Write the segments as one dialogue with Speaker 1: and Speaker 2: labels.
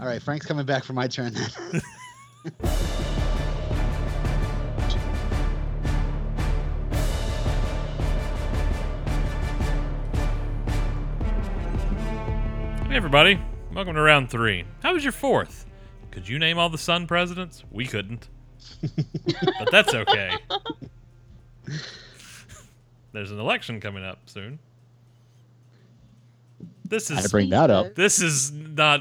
Speaker 1: All right, Frank's coming back for my turn then.
Speaker 2: Hey, everybody. Welcome to round three. How was your fourth? Could you name all the Sun presidents? We couldn't. but that's okay. There's an election coming up soon. This
Speaker 1: I had to
Speaker 2: is
Speaker 1: bring that up.
Speaker 2: this is not.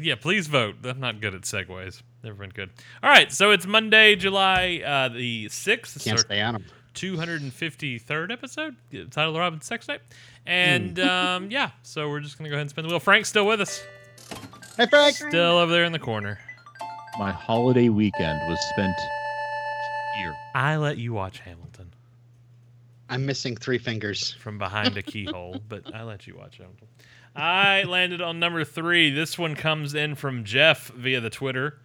Speaker 2: Yeah, please vote. I'm not good at segues. Never been good. All right, so it's Monday, July uh, the sixth.
Speaker 1: Can't stay on him.
Speaker 2: 253rd episode titled Robin Sex Night. And um, yeah, so we're just going to go ahead and spin the wheel. Frank's still with us.
Speaker 1: Hey, Frank.
Speaker 2: Still over there in the corner.
Speaker 3: My holiday weekend was spent here.
Speaker 2: I let you watch Hamilton
Speaker 1: I'm missing three fingers.
Speaker 2: from behind a keyhole, but I let you watch Hamilton. I landed on number three. This one comes in from Jeff via the Twitter.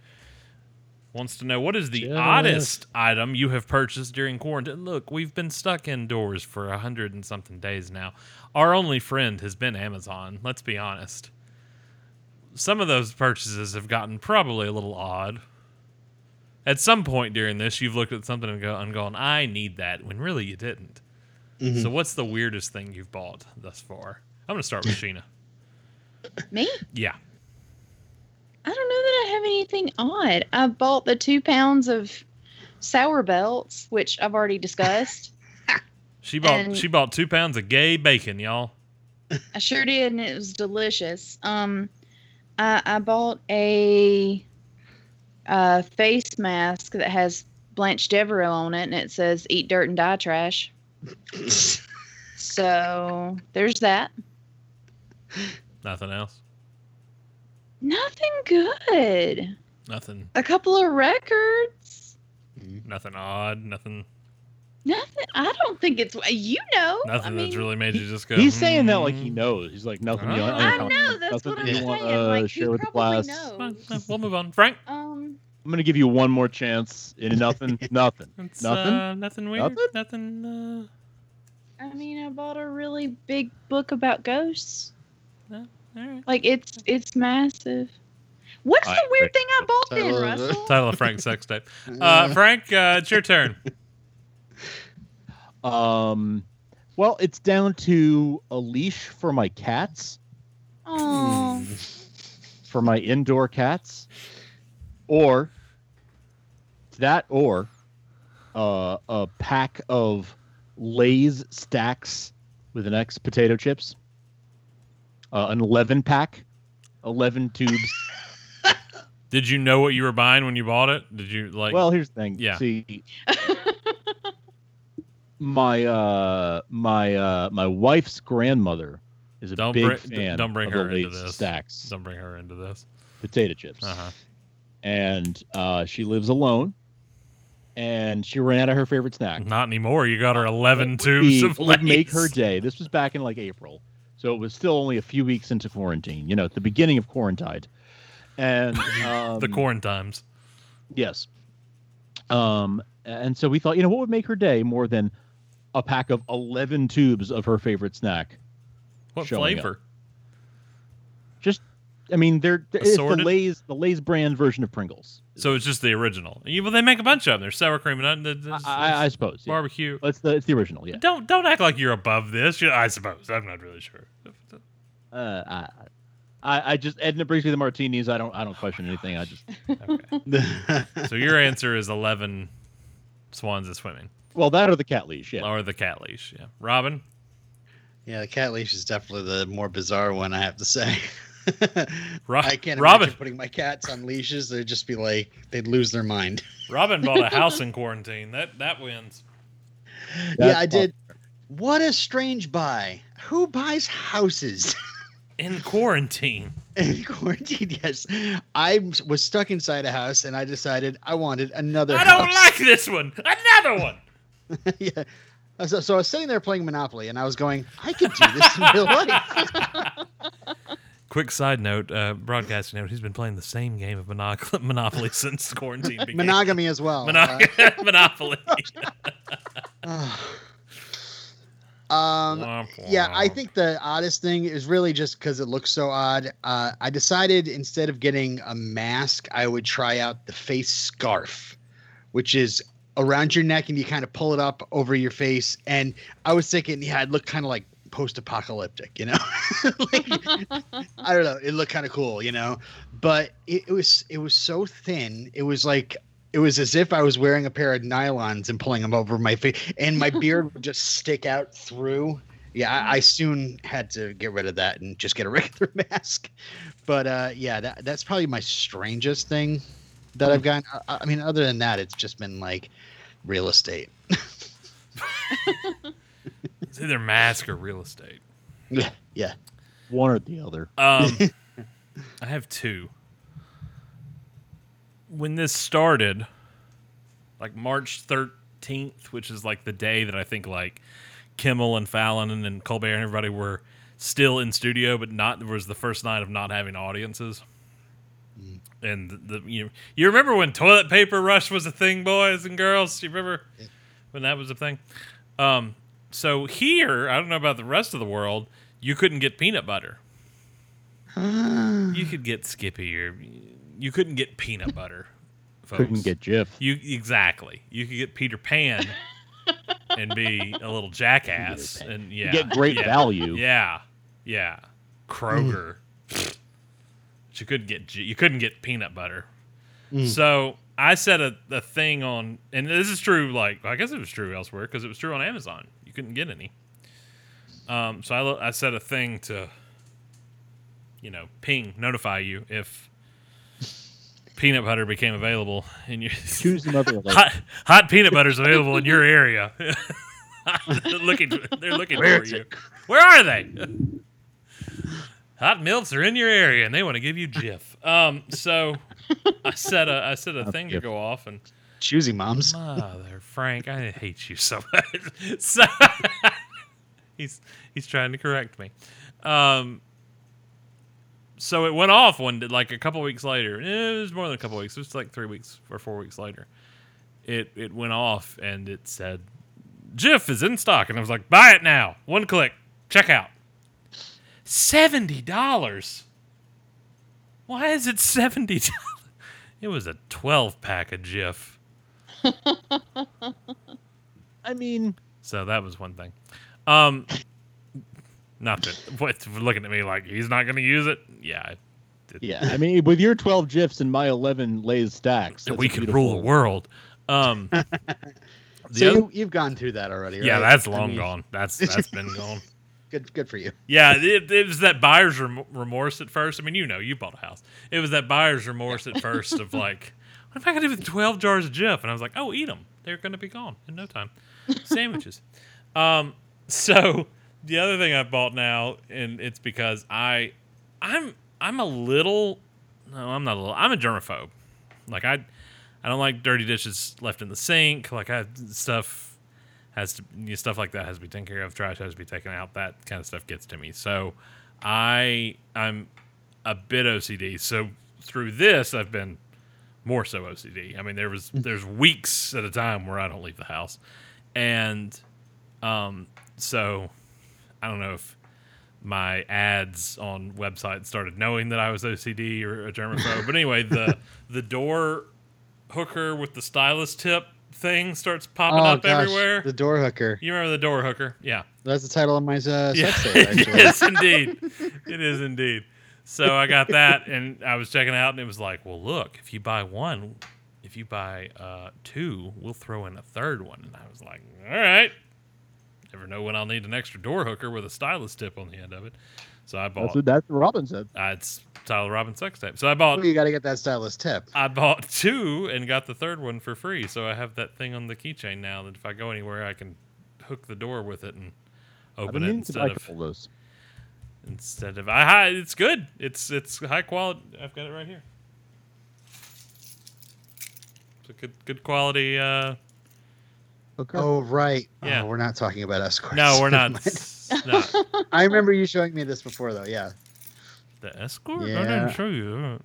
Speaker 2: Wants to know what is the
Speaker 3: Jeff.
Speaker 2: oddest item you have purchased during quarantine? Look, we've been stuck indoors for a hundred and something days now. Our only friend has been Amazon. Let's be honest. Some of those purchases have gotten probably a little odd. At some point during this, you've looked at something and, go, and gone, I need that, when really you didn't.
Speaker 3: Mm-hmm.
Speaker 2: So, what's the weirdest thing you've bought thus far? I'm going to start with Sheena.
Speaker 4: Me?
Speaker 2: Yeah.
Speaker 4: I don't know that I have anything odd. I bought the two pounds of sour belts, which I've already discussed.
Speaker 2: She bought
Speaker 4: And-
Speaker 2: she bought two pounds of gay bacon, y'all.
Speaker 4: I sure did, and it was delicious. Um, I, I bought a, uh face mask that has Blanche Devereaux on it, and it says "Eat dirt and die trash." So there's that.
Speaker 2: Nothing else.
Speaker 4: Nothing good.
Speaker 2: Nothing.
Speaker 4: A couple of records.
Speaker 2: Nothing odd. Nothing.
Speaker 4: Nothing. I don't think it's you know.
Speaker 2: Nothing
Speaker 4: I
Speaker 2: that's
Speaker 4: mean,
Speaker 2: really made you just go.
Speaker 3: He's saying that like he
Speaker 2: "Hmm." Ah.
Speaker 3: knows. He's like nothing. you
Speaker 2: I
Speaker 4: I
Speaker 3: don't-
Speaker 4: know that's
Speaker 3: nothing
Speaker 4: what I'm
Speaker 3: you
Speaker 4: saying.
Speaker 3: want
Speaker 4: like,
Speaker 3: to
Speaker 4: you
Speaker 3: share with the
Speaker 4: probably
Speaker 3: class.
Speaker 4: know.
Speaker 2: Fine, no, we'll move on. Frank.
Speaker 4: Um,
Speaker 3: I'm gonna give you one more chance. In nothing, nothing,
Speaker 2: It's,
Speaker 3: nothing.
Speaker 2: Uh, nothing weird. Nothing.
Speaker 4: I mean, I bought a really big book about ghosts.
Speaker 2: uh, all right.
Speaker 4: Like it's it's massive. What's
Speaker 3: I
Speaker 4: the weird
Speaker 3: agree.
Speaker 4: thing I bought then,
Speaker 1: Tyler,
Speaker 4: Russell?
Speaker 2: Title of Frank's sex tape. Uh, Frank, uh, it's your turn.
Speaker 3: Um, well, it's down to a leash for my cats,
Speaker 1: Uh,
Speaker 4: Oh,
Speaker 3: for my indoor cats, or that, or uh, a pack of Lay's stacks with an X potato chips, uh, an eleven pack, eleven tubes.
Speaker 2: Did you know what you were buying when you bought it? Did you like?
Speaker 3: well, here's the thing.
Speaker 2: yeah.
Speaker 3: See, my uh, my uh, my wife's grandmother is a
Speaker 2: Don't
Speaker 3: big
Speaker 2: bri-
Speaker 3: fan
Speaker 2: don't bring
Speaker 3: of
Speaker 2: her
Speaker 3: the
Speaker 2: into
Speaker 3: Lay's
Speaker 2: this.
Speaker 3: stacks
Speaker 2: don't bring her into this.
Speaker 3: potato chips,
Speaker 2: Uh huh.
Speaker 3: and uh, she lives alone, and she ran out of her favorite snack.
Speaker 2: Not anymore. You got her eleven
Speaker 3: It would
Speaker 2: tubes
Speaker 3: be-
Speaker 2: of
Speaker 3: it would make her
Speaker 2: Lay's.
Speaker 3: day. This was back in like April, so it was still only a few weeks into quarantine. You know, at the beginning of quarantine, and um,
Speaker 2: the corn times.
Speaker 3: Yes. Um, and so we thought, you know, what would make her day more than a pack of 11 tubes of her favorite snack?
Speaker 2: What
Speaker 3: showing up.
Speaker 2: flavor?
Speaker 3: Just, I mean, they're, it's the
Speaker 2: Assorted?
Speaker 3: Lay's, the Lay's brand version of Pringles.
Speaker 2: So it's just the original. You, well, they make a bunch of them. There's sour cream and uh,
Speaker 3: I,
Speaker 2: there's-
Speaker 3: I, I suppose. Yeah.
Speaker 2: barbecue.
Speaker 3: It's the, it's the original, yeah.
Speaker 2: Don't don't act like you're above this. You- I suppose I'm not really sure.
Speaker 3: Uh, I, I, I just, Edna brings me the martinis. I don't, I don't question anything. I just,
Speaker 2: Okay. so your answer is eleven swans is swimming
Speaker 3: well, that or the cat leash, yeah.
Speaker 2: or the cat leash. Yeah, Robin.
Speaker 1: yeah, the cat leash is definitely the more bizarre one, I have to say.
Speaker 2: Ro-
Speaker 1: I can't
Speaker 2: Robin.
Speaker 1: imagine putting my cats on leashes. They'd just be like, they'd lose their mind.
Speaker 2: Robin bought a house in quarantine. That that wins.
Speaker 1: yeah,
Speaker 3: That's
Speaker 1: I did. What a strange buy. Who buys houses?
Speaker 2: In quarantine.
Speaker 1: in quarantine. Yes, I was stuck inside a house, and I decided I wanted another.
Speaker 2: I don't
Speaker 1: house.
Speaker 2: like this one. Another one.
Speaker 1: yeah. Uh, So, so I was sitting there playing Monopoly, and I was going, I could do this in real life.
Speaker 2: Quick side note, uh, broadcasting note: He's been playing the same game of Monopoly, Monopoly since quarantine began.
Speaker 1: Monogamy as well.
Speaker 2: Monog- Monopoly.
Speaker 1: Uh, Um,
Speaker 2: Womp
Speaker 1: yeah, I
Speaker 2: womp.
Speaker 1: think the oddest thing is really just because it looks so odd. Uh, I decided instead of getting a mask, I would try out the face scarf, which is around your neck and you kind of pull it up over your face. And I was thinking, yeah, it looked kind of like post-apocalyptic, you know? like, I don't know. It looked kind of cool, you know, but it, it was it was so thin. It was like it was as if I was wearing a pair of nylons and pulling them over my face, and my beard would just stick out through. Yeah, I, I soon had to get rid of that and just get a regular mask. But uh, yeah, that, that's probably my strangest thing that I've gotten. I, I mean, other than that, it's just been like real estate.
Speaker 2: It's either mask or real estate.
Speaker 1: Yeah, yeah.
Speaker 3: One or the other.
Speaker 2: Um, I have two. When this started, like March 13th, which is like the day that I think like Kimmel and Fallon and, and Colbert and everybody were still in studio, but not was the first night of not having audiences.
Speaker 1: Mm.
Speaker 2: And the, the- you you remember when toilet paper rush was a thing, boys and girls? You remember
Speaker 1: Yeah.
Speaker 2: when that was a thing? Um, so here, I don't know about the rest of the world, you couldn't get peanut butter.
Speaker 1: Ah.
Speaker 2: You could get Skippy or you couldn't get peanut butter. Folks.
Speaker 3: Couldn't get Jif.
Speaker 2: you exactly. You could get Peter Pan and be a little jackass
Speaker 3: Peter
Speaker 2: and
Speaker 3: You
Speaker 2: yeah,
Speaker 3: get great
Speaker 2: yeah,
Speaker 3: value.
Speaker 2: Yeah, yeah, Kroger. but you couldn't get you couldn't get peanut butter.
Speaker 1: Mm.
Speaker 2: So I said a, a thing on, and this is true. Like I guess it was true elsewhere because it was true on Amazon. You couldn't get any. Um, so I lo- I said a thing to, you know, ping notify you if peanut butter became available in your
Speaker 3: Choose another. Like,
Speaker 2: hot, hot peanut butter's available in your area. they're looking, they're looking
Speaker 1: Where
Speaker 2: for
Speaker 1: is
Speaker 2: you.
Speaker 1: it?
Speaker 2: Where are they? Hot milfs are in your area, and they want to give you Jif. Um, so I said a I said a
Speaker 3: Not
Speaker 2: thing to
Speaker 3: Jif.
Speaker 2: go off, and
Speaker 1: Choosy moms.
Speaker 2: mother Frank, I hate you so much. so he's he's trying to correct me. Um, so it went off one day, like a couple weeks later. Eh, It was more than a couple weeks. It was like three weeks or four weeks later. It it went off and it said, "Jif is in stock," and I was like, "Buy it now! One click, check out." Seventy dollars. Why is it seventy dollars? It was a twelve pack of Jif.
Speaker 3: I mean,
Speaker 2: So that was one thing. Um, not that what looking at me like he's not going to use it. Yeah, I did.
Speaker 3: yeah. I mean, with your 12 Jifs and my 11 Lays stacks,
Speaker 2: that
Speaker 3: that's
Speaker 2: we
Speaker 3: a
Speaker 2: could
Speaker 3: beautiful-
Speaker 2: rule the world. Um, the
Speaker 1: So
Speaker 2: other-
Speaker 1: you, you've gone through that already,
Speaker 2: yeah,
Speaker 1: right?
Speaker 2: that's
Speaker 1: I
Speaker 2: long
Speaker 1: mean,
Speaker 2: gone. That's that's been gone.
Speaker 1: Good, good for you.
Speaker 2: Yeah, it, it was that buyer's rem- remorse at first. I mean, you know, you bought a house. It was that buyer's remorse at first of like, what am I going to do with 12 jars of Jif? And I was like, oh, eat them. They're going to be gone in no time. Sandwiches. um, so the other thing I bought now, and it's because I, I'm, I'm a little, no, I'm not a little, I'm a germaphobe. Like I, I don't like dirty dishes left in the sink. Like I stuff has to you know, stuff like that has to be taken care of. Trash has to be taken out. That kind of stuff gets to me. So I I'm a bit OCD. So through this, I've been more so OCD. I mean, there was there's weeks at a time where I don't leave the house, and um, so I don't know if my ads on websites started knowing that I was OCD or a germaphobe. but anyway, the the door hooker with the stylus tip thing starts
Speaker 1: Oh,
Speaker 2: popping up everywhere.
Speaker 1: The door hooker.
Speaker 2: You remember the door hooker? Yeah.
Speaker 1: That's the title of my uh,
Speaker 2: Yeah.
Speaker 1: sex tape, actually.
Speaker 2: yes, indeed. It is indeed. So I got that, and I was checking out, and it was like, well, look, if you buy one, if you buy uh, two, we'll throw in a third one. And I was like, all right. Never know when I'll need an extra door hooker with a stylus tip on the end of it. So I
Speaker 3: That's
Speaker 2: bought.
Speaker 3: what, that's what Robin said.
Speaker 2: uh, it's Tyler Robin sex tape. So I bought.
Speaker 1: Well, Oh, you got to get that stylist tip.
Speaker 2: I bought two and got the third one for free. So I have that thing on the keychain now that if I go anywhere, I can hook the door with it and
Speaker 3: I've
Speaker 2: open
Speaker 3: been
Speaker 2: it
Speaker 3: meaning to buy
Speaker 2: instead
Speaker 3: a
Speaker 2: of
Speaker 3: couple of those.
Speaker 2: instead of I, hi- it's good. It's it's high quality. I've got it right here. It's a good good quality. Uh,
Speaker 3: Okay.
Speaker 1: Oh right.
Speaker 2: Yeah.
Speaker 1: Oh, we're not talking about escorts.
Speaker 2: no, we're not.
Speaker 1: Never mind.
Speaker 2: no,
Speaker 1: I remember you showing me this before though. Yeah.
Speaker 2: the escort. I
Speaker 1: Yeah.
Speaker 2: didn't show you.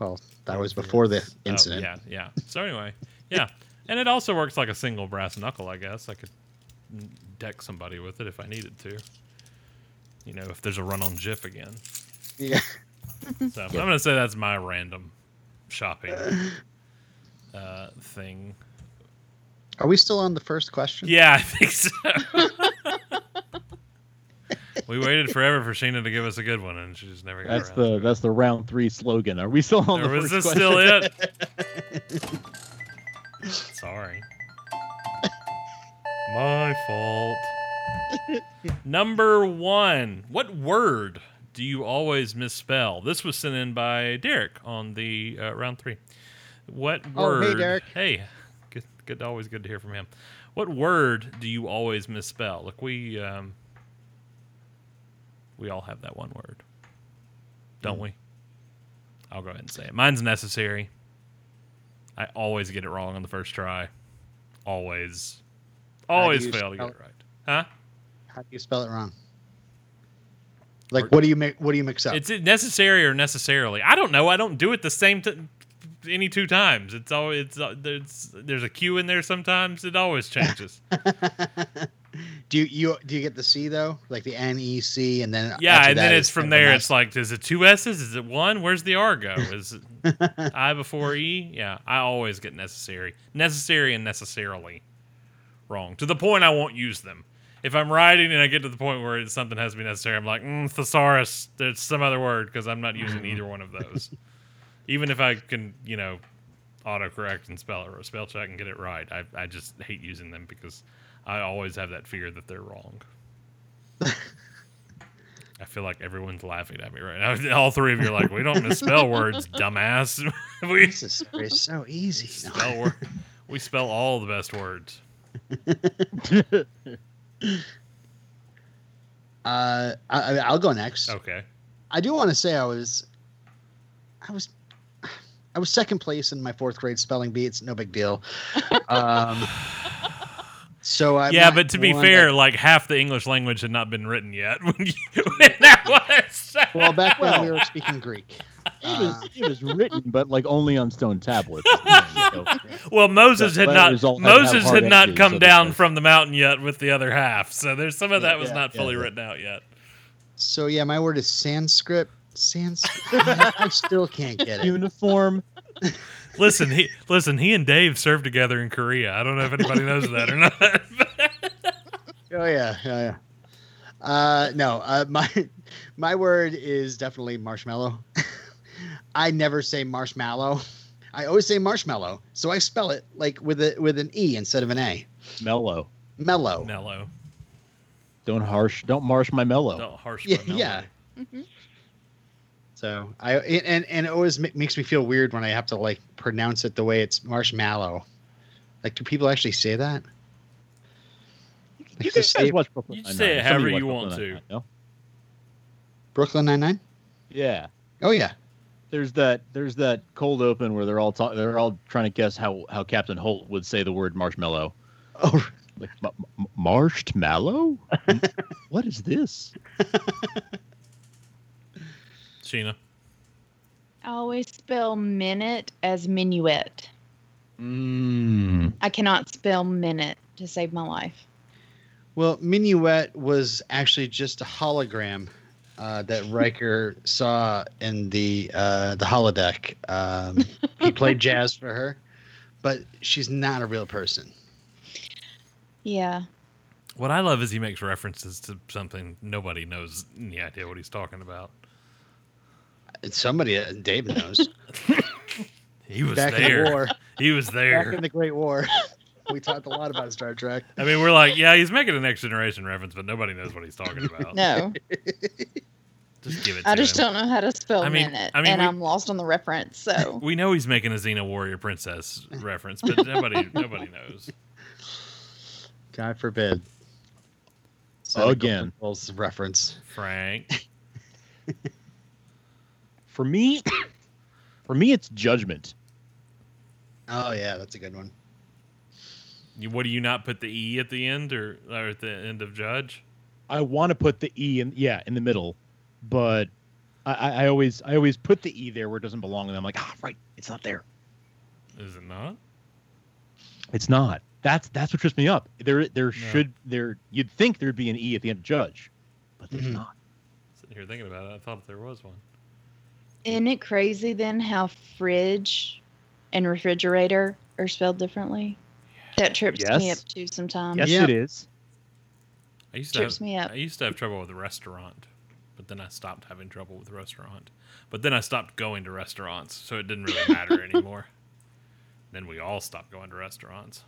Speaker 1: Well, that was before the
Speaker 2: Oh,
Speaker 1: incident.
Speaker 2: yeah, yeah. So anyway, yeah, and it also works like a single brass knuckle. I guess I could deck somebody with it if I needed to. You know, if there's a run on GIF again.
Speaker 1: Yeah.
Speaker 2: So I'm gonna say that's my random shopping uh, thing.
Speaker 1: Are we still on the first question?
Speaker 2: Yeah, I think so. we waited forever for Sheena to give us a good one, and she just never got
Speaker 3: That's
Speaker 2: around.
Speaker 3: the that's the round three slogan. Are we still on the
Speaker 2: or was this
Speaker 3: first question?
Speaker 2: still it? Sorry. My fault. Number one. What word do you always misspell? This was sent in by Derek on the uh, round three. What
Speaker 1: Oh,
Speaker 2: word?
Speaker 1: hey, Derek.
Speaker 2: Hey, good, good. Always good to hear from him. What word do you always misspell? Look, we um, we all have that one word, don't we? I'll go ahead and say it. Mine's necessary. I always get it wrong on the first try. Always,
Speaker 1: do
Speaker 2: always
Speaker 1: you
Speaker 2: fail to get
Speaker 1: spell
Speaker 2: it right. Huh?
Speaker 1: How do you spell it wrong? Like
Speaker 2: Or-
Speaker 1: what do you make? What do you mix up?
Speaker 2: It's it necessary or necessarily. I don't know. I don't do it the same t- any two times. It's always it's, uh, there's there's a Q in there sometimes. It always changes.
Speaker 1: do you, you do you get the C though? Like the N E C, and then
Speaker 2: yeah,
Speaker 1: after
Speaker 2: and then
Speaker 1: that
Speaker 2: it's
Speaker 1: is
Speaker 2: from
Speaker 1: kind of a
Speaker 2: there.
Speaker 1: mess.
Speaker 2: It's like, is it two S's? Is it one? Where's the R go? Is it I before E? Yeah, I always get necessary, necessary, and necessarily wrong to the point I won't use them. If I'm writing and I get to the point where it's, something has to be necessary, I'm like, mm, thesaurus. There's some other word because I'm not
Speaker 1: Mm-hmm.
Speaker 2: using either one of those. Even if I can, you know, autocorrect and spell it or spell check and get it right, I, I just hate using them because I always have that fear that they're wrong. I feel like everyone's laughing at me right now. All three of you are like, we don't misspell words, dumbass. we
Speaker 1: Necessary is so easy. No.
Speaker 2: spell word. We spell all the best words.
Speaker 1: Uh, I, I- I'll go next.
Speaker 2: Okay.
Speaker 1: I do want to say I was, I was, I was second place in my fourth grade spelling bee. It's no big deal. Um, so I
Speaker 2: yeah,
Speaker 1: my
Speaker 2: but to be
Speaker 1: one-
Speaker 2: fair, like half the English language had not been written yet when, you, when that was.
Speaker 1: well, back when we
Speaker 3: Well.
Speaker 1: were speaking Greek.
Speaker 3: it, was,
Speaker 1: Uh,
Speaker 3: it was written, but like only on stone tablets. So,
Speaker 2: Well, Moses
Speaker 3: That-
Speaker 2: had
Speaker 3: that
Speaker 2: not
Speaker 3: result had to have
Speaker 2: Moses
Speaker 3: hard
Speaker 2: had not
Speaker 3: edges,
Speaker 2: come
Speaker 3: so that's
Speaker 2: down
Speaker 3: fair.
Speaker 2: from the mountain yet with the other half. So there's some of
Speaker 3: Yeah,
Speaker 2: that was
Speaker 3: yeah,
Speaker 2: not
Speaker 3: yeah,
Speaker 2: fully
Speaker 3: yeah.
Speaker 2: written out yet.
Speaker 1: so yeah, my word is Sanskrit. Sanskrit. I still can't get it.
Speaker 3: uniform.
Speaker 2: Listen, he listen, he and Dave served together in Korea. I don't know if anybody knows that or not.
Speaker 1: Oh yeah, yeah, yeah. Uh, no, uh, my my word is definitely marshmallow. I never say marshmallow. I always say marshmallow, so I spell it like with a with an e instead of an a.
Speaker 3: Mellow.
Speaker 1: Mellow.
Speaker 2: mellow.
Speaker 3: Don't harsh. Don't marsh my mellow.
Speaker 2: Don't harsh
Speaker 1: Yeah,
Speaker 2: my mellow.
Speaker 1: yeah.
Speaker 4: Mhm.
Speaker 1: So I it- and and it always ma- makes me feel weird when I have to like pronounce it the way it's marshmallow. Like, do people actually say that?
Speaker 3: You
Speaker 1: So
Speaker 3: guys
Speaker 1: say
Speaker 3: watch Brooklyn
Speaker 2: you
Speaker 3: Nine-Nine.
Speaker 2: say it
Speaker 3: Somebody
Speaker 2: however
Speaker 3: watched
Speaker 2: you
Speaker 3: Brooklyn
Speaker 2: want to.
Speaker 3: Nine-Nine, no?
Speaker 1: Brooklyn Nine Nine.
Speaker 3: Yeah.
Speaker 1: Oh yeah.
Speaker 3: There's that. There's that cold open where they're all talk, they're all trying to guess how how Captain Holt would say the word marshmallow.
Speaker 1: Oh
Speaker 3: Like m- m- marshmallow? M- what is this?
Speaker 2: Sheena.
Speaker 4: I always spell minute as minuet.
Speaker 3: Mm.
Speaker 4: I cannot spell minute to save my life.
Speaker 1: well, Minuet was actually just a hologram uh, that Riker saw in the uh, the holodeck. Um, he played jazz for her, but she's not a real person.
Speaker 4: Yeah.
Speaker 2: What I love is he makes references to something nobody knows any idea what he's talking about.
Speaker 1: Somebody, uh, Dave knows.
Speaker 2: He was
Speaker 1: Back in the
Speaker 2: there.
Speaker 1: war.
Speaker 2: He was
Speaker 1: back
Speaker 2: there.
Speaker 1: in the Great War. We talked a lot about Star Trek.
Speaker 2: I mean, we're like, yeah, he's making a next generation reference, but nobody knows what he's talking about.
Speaker 4: No,
Speaker 2: Just give it. To
Speaker 4: I just
Speaker 2: him.
Speaker 4: don't know how to spell
Speaker 2: I mean-
Speaker 4: minute,
Speaker 2: I mean,
Speaker 4: and
Speaker 2: we-
Speaker 4: I'm lost on the reference. So
Speaker 2: We know he's making a Xena warrior princess reference, but nobody nobody knows.
Speaker 1: God forbid.
Speaker 3: Again.
Speaker 1: Bulls reference.
Speaker 2: Frank.
Speaker 3: For me, for me, it's judgment.
Speaker 1: Oh yeah, that's a good one.
Speaker 2: You, what do you not put the E at the end or, or at the end of Judge?
Speaker 3: I want to put the e in yeah in the middle, but I, I, I always I always put the e there where it doesn't belong, and I'm like, ah, right, it's not there.
Speaker 2: Is it not?
Speaker 3: It's not. That's that's what trips me up. There there should there you'd think there'd be an E at the end of judge, but there's
Speaker 1: Mhm.
Speaker 2: Mm-hmm.
Speaker 3: not.
Speaker 2: Sitting here thinking about it, I thought there was one.
Speaker 4: Isn't it crazy then how fridge and refrigerator are spelled differently? That trips me
Speaker 3: Yes.
Speaker 4: up too sometimes.
Speaker 3: Yes,
Speaker 1: Yeah.
Speaker 3: it is.
Speaker 2: I used to
Speaker 4: Trips
Speaker 2: have,
Speaker 4: me up.
Speaker 2: I used to have trouble with restaurant, but then I stopped having trouble with restaurant. But then I stopped going to restaurants, so it didn't really matter anymore. Then we all stopped going to restaurants.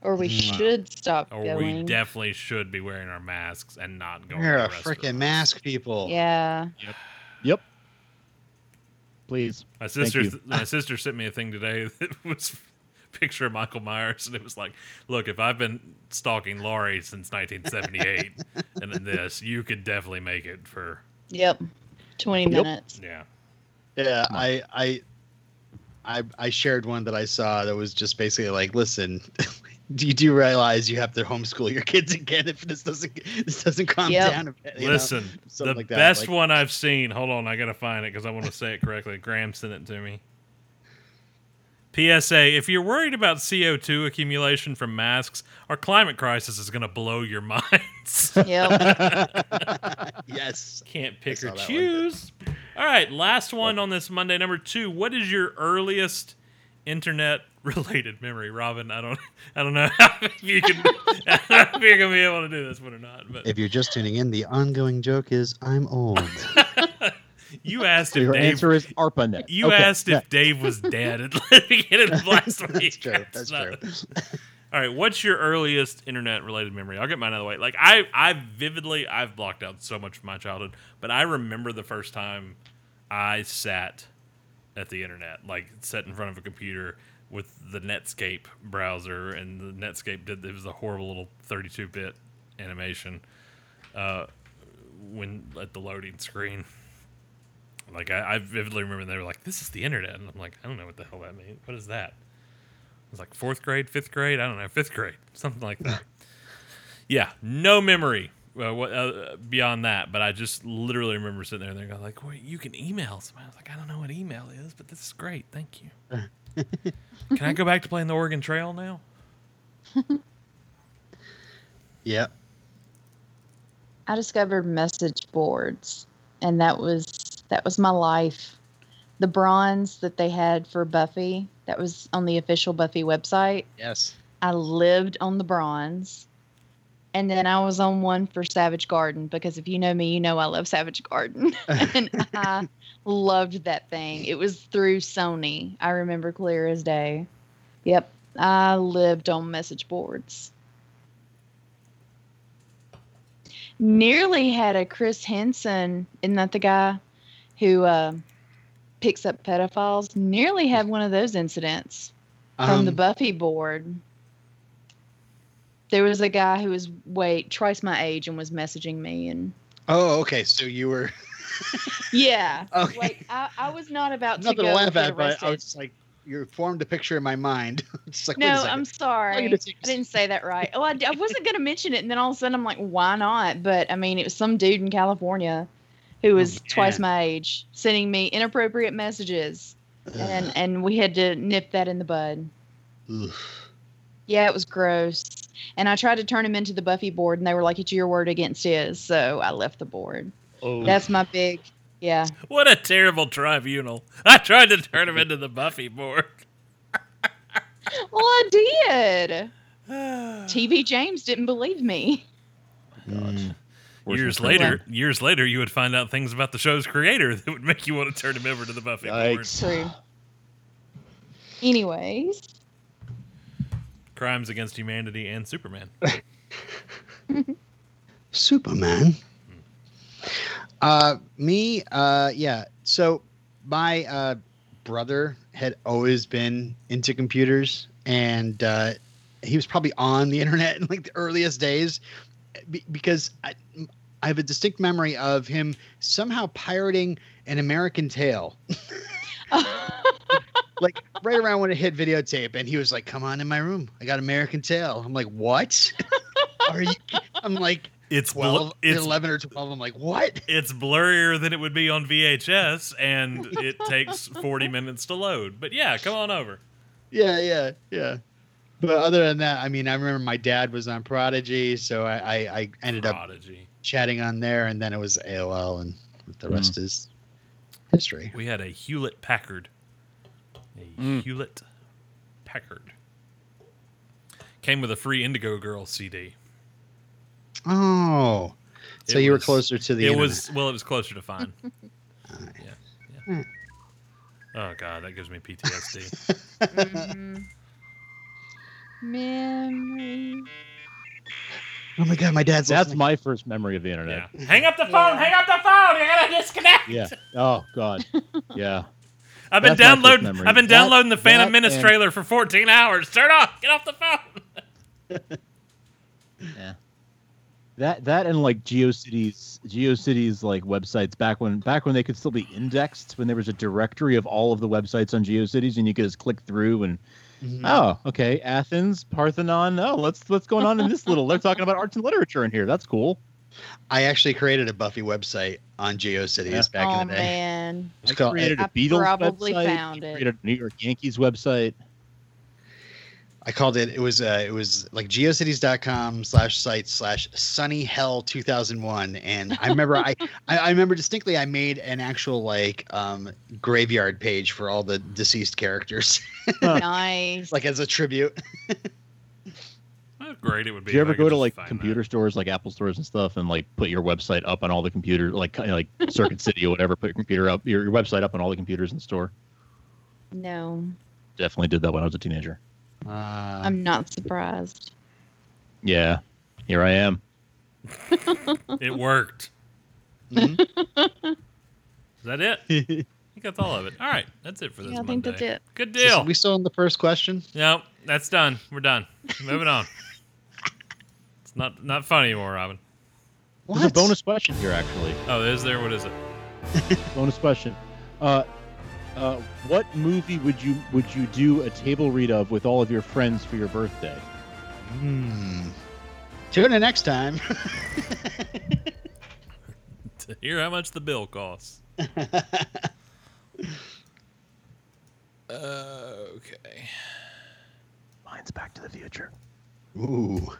Speaker 4: Or we
Speaker 1: Wow.
Speaker 4: should stop
Speaker 2: Mm-hmm. Or
Speaker 4: going.
Speaker 2: we definitely should be wearing our masks and not going
Speaker 1: Wear
Speaker 2: to
Speaker 1: a
Speaker 2: restaurants.
Speaker 1: freaking mask, people.
Speaker 4: yeah.
Speaker 3: Please.
Speaker 2: My sister,
Speaker 3: you.
Speaker 2: my sister sent me a thing today that was a picture of Michael Myers, and it was like, "Look, if I've been stalking Laurie since 1978, and then this, you could definitely make it for
Speaker 4: Yep. 20
Speaker 3: Yep.
Speaker 4: minutes.
Speaker 2: yeah."
Speaker 1: Yeah,
Speaker 3: Come on.
Speaker 1: I, I, I, I shared one that I saw that was just basically like, listen, do you do realize you have to homeschool your kids again if this doesn't this doesn't calm
Speaker 4: Yep.
Speaker 1: down? A bit, you know?
Speaker 2: Listen,
Speaker 1: something
Speaker 2: the
Speaker 1: like that,
Speaker 2: best
Speaker 1: like-
Speaker 2: one I've seen. Hold on, I gotta find it because I want to say it correctly. Graham sent it to me. PSA: If you're worried about CO2 accumulation from masks, our climate crisis is gonna blow your minds.
Speaker 4: Yep.
Speaker 1: yes.
Speaker 2: Can't pick
Speaker 1: I saw
Speaker 2: or
Speaker 1: that one.
Speaker 2: choose. All right, last one on this Monday, number two. What is your earliest internet-related memory, Robin? I don't, I don't know if you can, I don't know if you're gonna be able to do this one or not. But
Speaker 1: If you're just tuning in, the ongoing joke is I'm old.
Speaker 2: you asked
Speaker 3: So
Speaker 2: if
Speaker 3: your
Speaker 2: Dave
Speaker 3: answer is ARPANET.
Speaker 2: You
Speaker 3: Okay,
Speaker 2: asked if
Speaker 3: next.
Speaker 2: Dave was dead at the beginning of last
Speaker 1: that's
Speaker 2: week.
Speaker 1: true. That's
Speaker 2: not-
Speaker 1: true.
Speaker 2: All right, what's your earliest internet-related memory? I'll get mine out of the way. Like I, I vividly, I've blocked out so much of my childhood, but I remember the first time I sat at the internet, like sat in front of a computer with the Netscape browser, and the Netscape did it was a horrible little 32-bit animation uh, when at the loading screen. Like I, I vividly remember they were like, "This is the internet," and I'm like, "I don't know what the hell that means. What is that?" It was like fourth grade, fifth grade. I don't know, fifth grade, something like that. yeah, no memory uh, what, uh, beyond that. But I just literally remember sitting there and they're going like, "Wait, you can email somebody." I was like, "I don't know what email is, but this is great. Thank you." can I go back to playing the Oregon Trail now?
Speaker 1: Yeah.
Speaker 4: I discovered message boards, and that was that was my life. The bronze that they had for Buffy, that was on the official Buffy website.
Speaker 1: Yes.
Speaker 4: I lived on the bronze. And then I was on one for Savage Garden because if you know me, you know I love Savage Garden. and I loved that thing. It was through Sony. I remember clear as day. Yep. I lived on message boards. Nearly had a Chris Henson. Isn't that the guy who uh, picks up pedophiles? Nearly had one of those incidents from the
Speaker 1: Um,
Speaker 4: Buffy board. There was a guy who was way twice my age and was messaging me, and
Speaker 1: oh, okay. So you were
Speaker 4: yeah,
Speaker 1: Okay.
Speaker 4: like I, I was not about to
Speaker 1: nothing
Speaker 4: go
Speaker 1: to laugh
Speaker 4: get
Speaker 1: at, but I was
Speaker 4: arrested.
Speaker 1: just like, you formed a picture in my mind. just like, wait a
Speaker 4: No,
Speaker 1: second.
Speaker 4: I'm
Speaker 1: I'm
Speaker 4: sorry,
Speaker 1: gonna
Speaker 4: I
Speaker 1: take a-
Speaker 4: didn't say that right. Oh, I, I wasn't gonna mention it, and then all of a sudden I'm like, why not? But I mean, it was some dude in California who was twice
Speaker 1: Oh, man.
Speaker 4: my age sending me inappropriate messages, and and we had to nip that in the bud.
Speaker 1: Oof.
Speaker 4: Yeah, it was gross. And I tried to turn him into the Buffy board, and they were like, "It's your word against his." So I left the board.
Speaker 1: Oh.
Speaker 4: That's my big, yeah.
Speaker 2: What a terrible tribunal! I tried to turn him into the Buffy board.
Speaker 4: Well, I did.
Speaker 2: Years
Speaker 4: TV James didn't believe me.
Speaker 1: Mm.
Speaker 3: Worse than
Speaker 2: later, years later, you would find out things about the show's creator that would make you want to turn him over to the Buffy board.
Speaker 3: Yikes.
Speaker 4: True. Anyways,
Speaker 2: Crimes against humanity and Superman.
Speaker 1: Superman. Uh, me, uh, yeah. So my uh, brother had always been into computers, and uh, he was probably on the internet in like the earliest days, be- because I, I have a distinct memory of him somehow pirating an American Tale. like right around when it hit videotape and he was like come on in my room i got american tail i'm like what are you i'm like
Speaker 2: It's bl-
Speaker 1: 12
Speaker 2: it's
Speaker 1: 11 or 12 i'm like what
Speaker 2: it's blurrier than it would be on VHS, and it takes forty minutes to load. But yeah, come on over.
Speaker 1: yeah yeah yeah But other than that, I mean, I remember my dad was on Prodigy, so I, I, I ended up
Speaker 2: Prodigy.
Speaker 1: chatting on there, and then it was AOL, and the
Speaker 3: Mhm.
Speaker 1: rest is history.
Speaker 2: We had a Hewlett Packard. A
Speaker 3: Mm.
Speaker 2: Hewlett Packard. Came with a free Indigo Girl CD.
Speaker 1: Oh, so
Speaker 2: It
Speaker 1: you were
Speaker 2: was-
Speaker 1: closer to the.
Speaker 2: it
Speaker 1: internet.
Speaker 2: was well, it was closer to fine. yeah, yeah. Oh god, that gives me PTSD.
Speaker 4: Mhm. Memory.
Speaker 1: Oh my god, my dad's.
Speaker 3: That's
Speaker 1: listening.
Speaker 3: my first memory of the
Speaker 2: yeah.
Speaker 3: internet.
Speaker 2: Hang up the phone. Hang up the phone. You gotta disconnect.
Speaker 3: Yeah. Oh God. Yeah.
Speaker 2: I've been
Speaker 3: That's my first
Speaker 2: downloading.
Speaker 3: memory.
Speaker 2: I've been
Speaker 3: That-
Speaker 2: downloading the Phantom
Speaker 3: that
Speaker 2: Menace
Speaker 3: and-
Speaker 2: trailer for 14 hours. Turn off. Get off the phone.
Speaker 3: That that and like GeoCities GeoCities like websites back when back when they could still be indexed when there was a directory of all of the websites on GeoCities and you could just click through and
Speaker 1: Mhm.
Speaker 3: oh okay Athens Parthenon oh let's what's going on in this little they're talking about arts and literature in here that's cool
Speaker 1: I actually created a Buffy website on GeoCities
Speaker 3: Yeah.
Speaker 1: back
Speaker 4: oh
Speaker 1: in the day.
Speaker 4: man.
Speaker 1: It's called.
Speaker 3: created
Speaker 4: I
Speaker 3: a Beatles
Speaker 4: probably
Speaker 3: website
Speaker 4: found it.
Speaker 3: created a New York Yankees website
Speaker 1: I called it. It was. Uh, it was like geocities.com slash site slash sunny hell 2001. And I remember. I, I I remember distinctly. I made an actual like um graveyard page for all the deceased characters,
Speaker 3: Huh.
Speaker 4: Nice.
Speaker 1: like as a tribute.
Speaker 2: How great it would be.
Speaker 3: Did you
Speaker 2: if I
Speaker 3: ever
Speaker 2: could
Speaker 3: go to
Speaker 2: just
Speaker 3: like
Speaker 2: find that.
Speaker 3: computer stores, like Apple stores and stuff, and like put your website up on all the computers, like kind of like Circuit City or whatever? Put your computer up, your, your website up on all the computers in the store.
Speaker 4: No,
Speaker 3: Definitely did that when I was a teenager.
Speaker 1: Uh,
Speaker 4: I'm not surprised.
Speaker 3: Yeah, here I am.
Speaker 2: It worked.
Speaker 1: mhm.
Speaker 3: Mm-hmm.
Speaker 2: Is that it? I think that's all of it. All right, that's it for this
Speaker 4: Yeah, I think
Speaker 2: Monday.
Speaker 4: that's it.
Speaker 2: Good
Speaker 1: Are
Speaker 2: deal.
Speaker 1: we still on the first question?
Speaker 2: No, that's done. We're done. Moving on. It's not not fun anymore, Robin.
Speaker 3: There's a bonus question here, actually.
Speaker 2: Oh, is there? What is it?
Speaker 3: bonus question. Uh, uh, what movie would you would you do a table read of with all of your friends for your birthday?
Speaker 1: Hmm. Tune in next time.
Speaker 2: To hear how much the bill costs. Uh, okay.
Speaker 3: Mine's Back to the Future.
Speaker 1: Ooh.